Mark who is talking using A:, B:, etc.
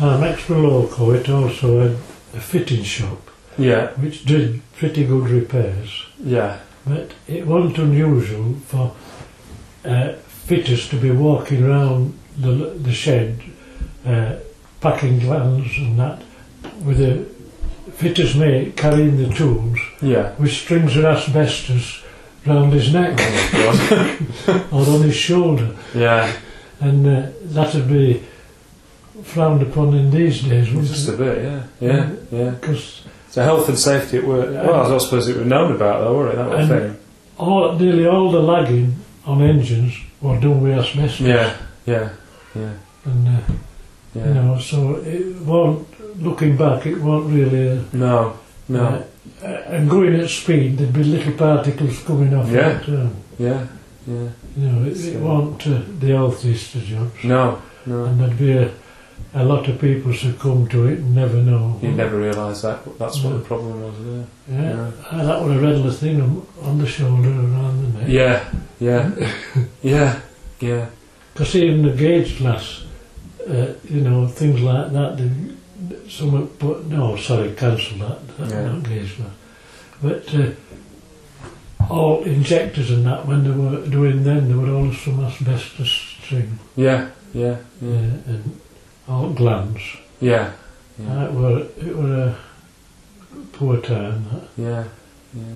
A: Uh, next to local, it also had a fitting shop
B: Yeah,
A: which did pretty good repairs,
B: yeah,
A: but it wasn't unusual for uh, fitters to be walking round the, the shed, uh, packing glands and that, with a fitter's mate carrying the tools
B: yeah.
A: with strings of asbestos round his neck
B: Oh my God.
A: or on his shoulder.
B: yeah,
A: and uh, that would be frowned upon in these days,
B: just
A: wouldn't
B: a bit, yeah, yeah, yeah.
A: Because
B: So health and safety at work. Well, I suppose it was known about though, were it? That whole
A: And-
B: thing.
A: all, nearly all the lagging on engines were done with asbestos,
B: Yeah, yeah, yeah,
A: and uh,
B: yeah.
A: you know, so it won't. Looking back, it won't really. Uh,
B: No, no.
A: uh, and going at speed, there'd be little particles coming off.
B: Yeah.
A: It, um,
B: Yeah, yeah.
A: you know, it, it
B: So-
A: won't uh, the healthiest of jobs,
B: No, no.
A: and there'd be a, a lot of people succumb to it and never know.
B: You never realise that. but That's what the problem was.
A: Yeah. I that would have read the thing on, on the shoulder around the neck.
B: Yeah, yeah, yeah, yeah, yeah.
A: Because even the gauge glass, uh, you know, things like that, they, someone put, no, sorry, cancel that, that
B: Yeah.
A: not gauge glass. But uh, all injectors and that, when they were doing them, they were all some asbestos string
B: Yeah, yeah,
A: uh,
B: yeah,
A: and all glands.
B: yeah, Hmm. Uh.
A: That were, it were a poor time, that.
B: yeah,